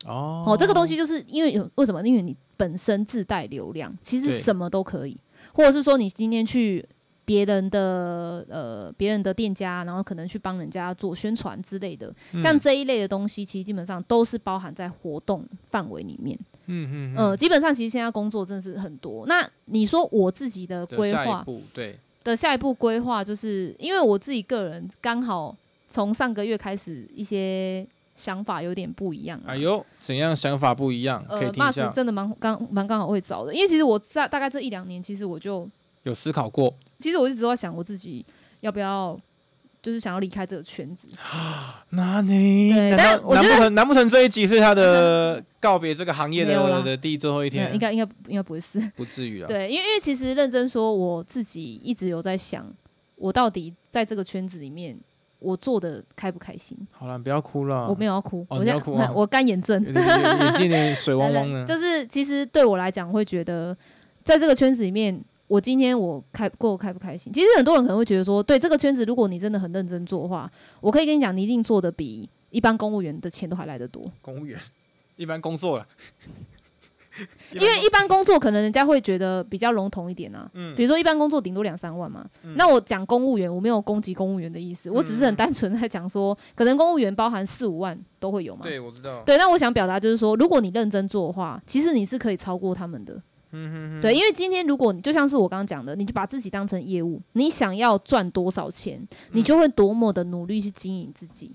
哦
哦，这个东西就是因为有为什么？因为你本身自带流量，其实
对
什么都可以，或者是说你今天去别人的呃别人的店家，然后可能去帮人家做宣传之类的，
嗯
像这一类的东西，其实基本上都是包含在活动范围里面。
嗯嗯
呃，基本上其实现在工作真的是很多。那你说我自己的
的
规
下一
划
步对，
的下一步规划，就是因为我自己个人刚好从上个月开始一些想法有点不一样、啊，
哎呦，怎样想法不一样？可以
呃
听一下
Mars，真的蛮刚蛮刚好会找的，因为其实我在大概这一两年，其实我就
有思考过
其实我一直都在想我自己要不要就是想要离开这个圈子。
那你
对
难
但
道
我
难
觉
不
得嗯
成难不成这一集是他的告别这个行业
没有
的
啦
的第一最后一
没有，
天
应？该应该应该不会是。
不至于啊。
对，因为因为其实认真说，我自己一直有在想，我到底在这个圈子里面，我做的开不开心？
好了，不要哭了。
我没有要哭，
哦
我
你
现
要
在
哭啊
我干 眼症，
有点，眼眼睛有点水汪 汪的。
就是其实对我来讲，会觉得在这个圈子里面，我今天我开过得开不开心？其实很多人可能会觉得说，对这个圈子，如果你真的很认真做的话，我可以跟你讲，你一定做的比一般公务员的钱都还来得多。
公务员一般工作了，因
因为一般工作可能人家会觉得比较笼统一点啊，
嗯
比如说一般工作顶多两三万嘛。
嗯
那我讲公务员，我没有攻击公务员的意思，我只是很单纯地在讲说，可能公务员包含四五万都会有嘛。
对我知道，
对，那我想表达就是说，如果你认真做的话，其实你是可以超过他们的。
嗯
对，因为今天如果你就像是我刚刚讲的，你就把自己当成业务，你想要赚多少钱，你就会多么的努力去经营自己。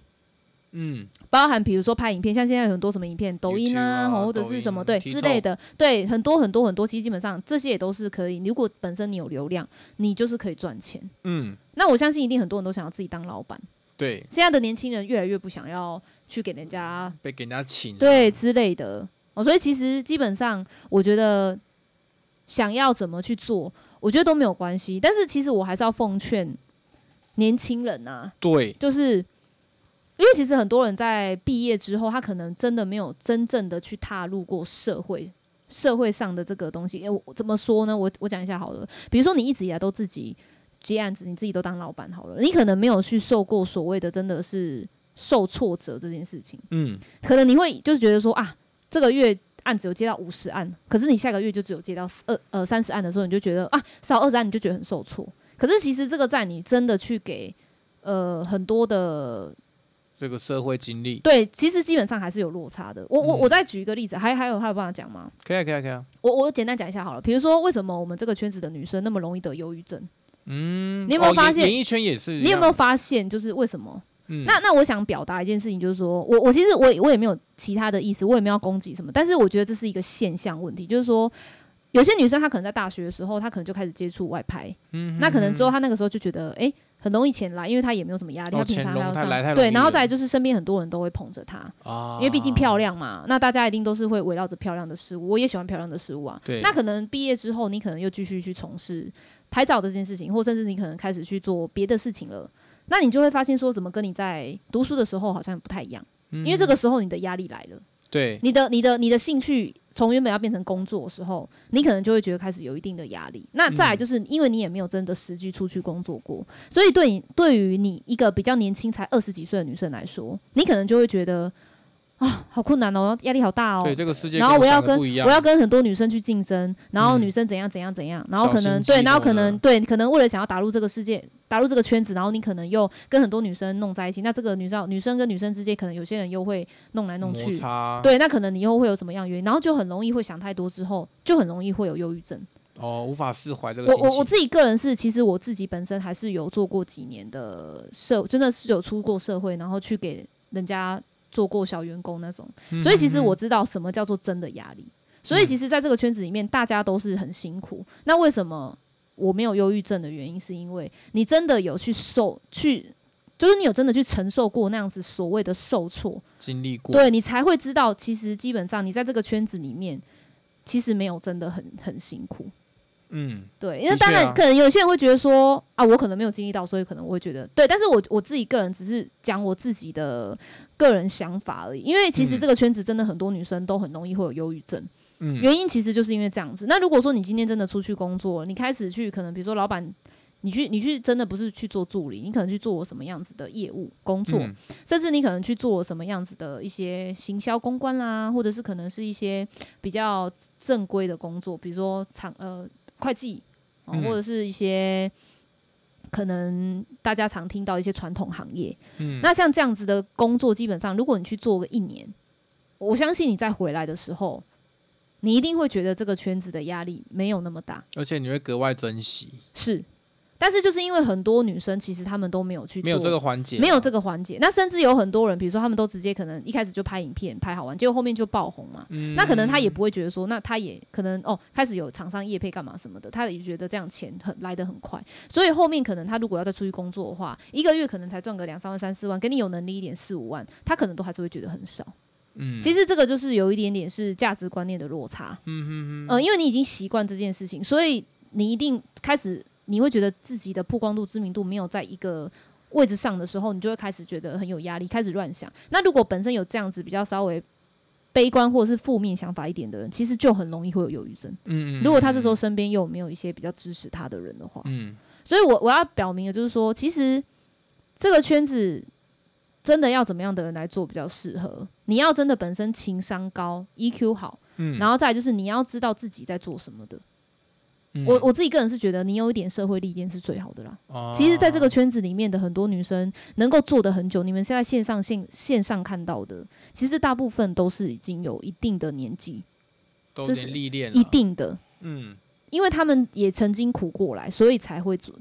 嗯，
包含比如说拍影片，像现在有很多什么影片，抖音
YouTube 啊
啊，或者
抖音
是什么对
TikTok
之类的，对，很多很多很多，其实基本上这些也都是可以。如果本身你有流量，你就是可以赚钱。
嗯，
那我相信一定很多人都想要自己当老板，
对，
现在的年轻人越来越不想要去给人家
被给人家请，，
对之类的哦，所以其实基本上我觉得想要怎么去做，我觉得都没有关系。但是其实我还是要奉劝年轻人啊，
对，
就是因为其实很多人在毕业之后，他可能真的没有真正的去踏入过社会。社会上的这个东西，诶我我怎么说呢？我我讲一下好了。比如说，你一直以来都自己接案子，你自己都当老板好了，你可能没有去受过所谓的真的是受挫折这件事情。
嗯，
可能你会就是觉得说啊，这个月案子有接到五十案，可是你下个月就只有接到二呃三十案的时候，你就觉得啊少二十案，你就觉得很受挫。可是其实这个在你真的去给呃很多的
这个社会经历，
对，其实基本上还是有落差的。我我
嗯
我再举一个例子，还还有还有办法讲吗？
可以啊，可以啊，可以啊，
我我简单讲一下好了，比如说为什么我们这个圈子的女生那么容易得忧郁症？
嗯，
你有没有
哦
发
演
现
演艺圈也是一样，
你有没有发现就是为什么？
嗯？
那那我想表达一件事情，就是说我我其实我也我也没有其他的意思，我也没有要攻击什么，但是我觉得这是一个现象问题，就是说有些女生她可能在大学的时候，她可能就开始接触外拍，
嗯，
那可能之后她那个时候就觉得，诶，很容易前来，因为她也没有什么压力，
哦
她平
潜
常
龙
还要
她
上
来太容易
对，然后
了
再来就是身边很多人都会捧着她，
啊，
因为毕竟漂，亮嘛，那大家一定都是会围绕着漂亮的事物，我也喜欢漂亮的事物啊，
对，
那可能毕业之后，你可能又继续去从事拍照的这件事情，或甚至你可能开始去做别的事情了。那你就会发现说，怎么跟你在读书的时候好像不太一样，
因
因为这个时候你的压力来了，
嗯对，
你的、你的、你的兴趣从原本要变成工作的时候，你可能就会觉得开始有一定的压力。
嗯
那再来就是因为你也没有真的实际出去工作过，所以对你对于你一个比较年轻才二十几岁的女生来说，你可能就会觉得啊，好困难哦，压力好大哦，
对这个世界，
然后
我
我要
想的
跟
不一样
我要跟很多女生去竞争，然后
嗯
女生怎样怎样怎样，然后
小
可
心
能
机啊
对，
什
然后
么的
可能对，可能为了想要打入这个世界，打入这个圈子，然后你可能又跟很多女生弄在一起，那这个女生女生跟女生之间，可能有些人又会弄来弄
摩
去，
擦，，
对，那可能你以后会有什么样的原因，然后就很容易会想太多，之后就很容易会有忧郁症。
哦，无法释怀这个
我
心
我
情，
我自己个人是，其实我自己本身还是有做过几年的社，真的是有出过社会，然后去给人家做过小员工那种。
嗯
所以其实我知道什么叫做真的压力。所以其实在这个圈子里面，大家都是很辛苦。那为什么我没有忧郁症的原因，是因为你真的有去受去。就是你有真的去承受过那样子所谓的受挫，
经历过，
对你才会知道，其实基本上你在这个圈子里面，其实没有真的很很辛苦。
嗯，
对，因为
的
当
确
然
啊
可能有些人会觉得说啊，我可能没有经历到，所以可能我会觉得对。但是我我自己个人只是讲我自己的个人想法而已，因为其实
嗯
这个圈子真的很多女生都很容易会有忧郁症，
嗯，
原因其实就是因为这样子。那如果说你今天真的出去工作，你开始去可能比如说老板。你去，你去真的不是去做助理，你可能去做什么样子的业务工作，
嗯
甚至你可能去做什么样子的一些行销公关啦，或者是可能是一些比较正规的工作，比如说厂呃会计、哦
嗯
或者是一些可能大家常听到一些传统行业。
嗯，
那像这样子的工作，基本上如果你去做个一年，我相信你再回来的时候，你一定会觉得这个圈子的压力没有那么大。
而且你会格外珍惜，
是，但是就是因为很多女生其实她们都没有去做
没有这个环节，
没有这个环节。那甚至有很多人，比如说他们都直接可能一开始就拍影片拍好玩，结果后面就爆红嘛。
嗯
那可能他也不会觉得说，那他也可能哦，开始有厂商业配干嘛什么的，他也觉得这样钱很来得很快，所以后面可能他如果要再出去工作的话，一个月可能才赚个两三万、三四万，跟你有能力一点四五万，他可能都还是会觉得很少。
嗯
其实这个就是有一点点是价值观念的落差，
嗯嗯嗯
呃，因为你已经习惯这件事情，所以你一定开始你会觉得自己的曝光度、知名度没有在一个位置上的时候，你就会开始觉得很有压力，开始乱想。那如果本身有这样子比较稍微悲观或者是负面想法一点的人，其实就很容易会有忧郁症。
嗯嗯
如果他这时候身边又没有一些比较支持他的人的话，
嗯
所以我我要表明的就是说，其实这个圈子真的要怎么样的人来做比较适合？你要真的本身情商高、EQ 好，
嗯，
然
后
后再来就是你要知道自己在做什么的。
嗯
我我自己个人是觉得，你有一点社会历练是最好的啦。
我
其实，在这个圈子里面的很多女生能够做的很久，你们现在线上线线上看到的，其实大部分都是已经有一定的年纪，
都
这
有
是
点历练了
一定的，
嗯
因为他们也曾经苦过来，所以才会做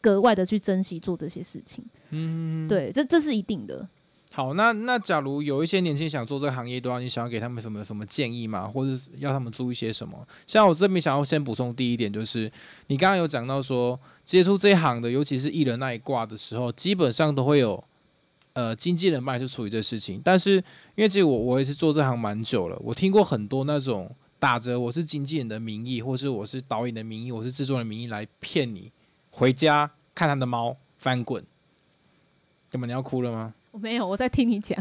格外的去珍惜做这些事情。
嗯，
对，这这是一定的。
好，那那假如有一些年轻人想做这个行业的话，你想要给他们什么什么建议吗？或者是要他们注意些什么？像我这边想要先补充第一点，就是你刚刚有讲到说，接触这一行的，尤其是艺人那一挂的时候，基本上都会有呃经纪人脉去处理这事情。但是因为其实我我也是做这行蛮久了，我听过很多那种打着我是经纪人的名义，或是我是导演的名义，我是制作人的名义来骗你回家看他的猫翻滚。干嘛你要哭了吗？
我没有，我在听 你讲，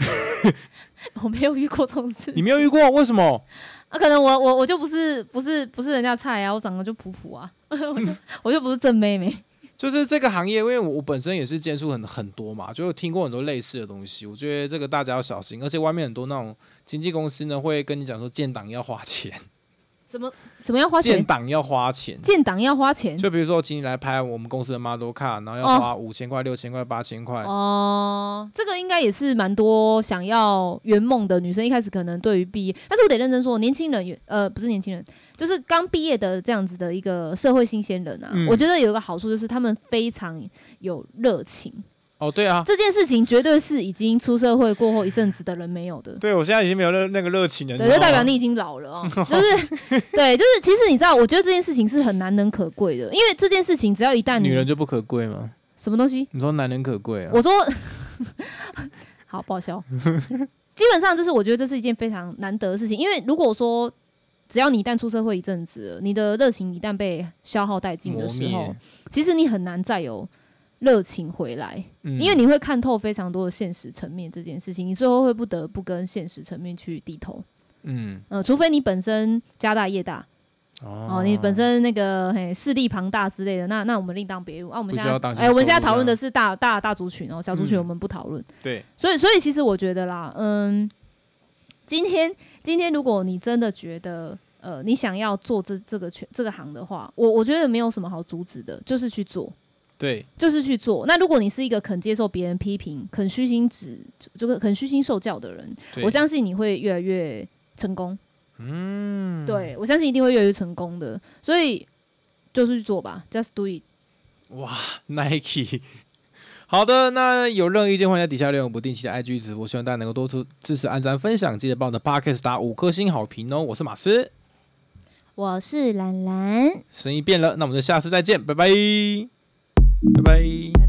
我没有遇过这种事
你没有遇过，为什么？
啊，可能我我我就不是不是不是人家菜啊，我长得就普普啊， 我就我就不是正妹妹。
就是这个行业，因为我我本身也是接触很很多嘛，就有听过很多类似的东西。我觉得这个大家要小心，而且外面很多那种经纪公司呢，会跟你讲说建档要花钱，
什么什么要 花
建
钱？
档要花钱。
建档要花钱
就比如说，请你来拍我们公司的 model 卡，然后要
哦
花五千块、六千块、八千块。
哦、这个应该也是蛮多想要圆梦的女生，一开始可能对于毕业，但是我得认真说，年轻人也呃不是年轻人，就是刚毕业的这样子的一个社会新鲜人啊，
嗯
我觉得有一个好处就是他们非常有热情，
哦，对啊，
这件事情绝对是已经出社会过后一阵子的人没有的。
对我现在已经没有热那个热情了。
对，
知
就
道吗
代表你已经老了哦， 就是，对，就是，其实你知道，我觉得这件事情是很难能可贵的，因为这件事情只要一旦你
女人就不可贵吗？
什么东西，
你说男人可贵啊？
我说， 好 报销。基本上，就是我觉得这是一件非常难得的事情，因为如果说只要你一旦出社会一阵子了，你的热情一旦被消耗殆尽的
磨
时候
灭，，
其实你很难再有热情回来，
嗯
因为你会看透非常多的现实层面这件事情，你最后会不得不跟现实层面去低头。
嗯
呃，除非你本身家大业大
哦
哦，你本身那个嘿势力庞大之类的，那那我们另当别论啊。我们
不
现
需
在
要担心
哎，我们
收
现在
入
讨
这
论的
样
是大大大族群哦，小族
嗯
群我们不讨论。
对
所以，所以其实我觉得啦，嗯，今天今天如果你真的觉得呃你想要做这这个圈这个行的话，我我觉得没有什么好阻止的，就是去做，
对，
就是去做。那如果你是一个肯接受别人批评、肯虚心指就是肯虚心受教的人，
对
我相信你会越来越成功。
嗯，
对我相信一定会越来越成功的，所以就是去做吧，just do it。
哇，Nike。好的，那有任何意见，欢迎在底下留言，我不定期的 IG 直播，希望大家能够多出支持、按赞、分享，记得帮我的 Podcast 打五颗星好评哦。我是马斯，
我是兰兰，
声音变了，那我们就下次再见，拜拜，拜拜。
拜拜。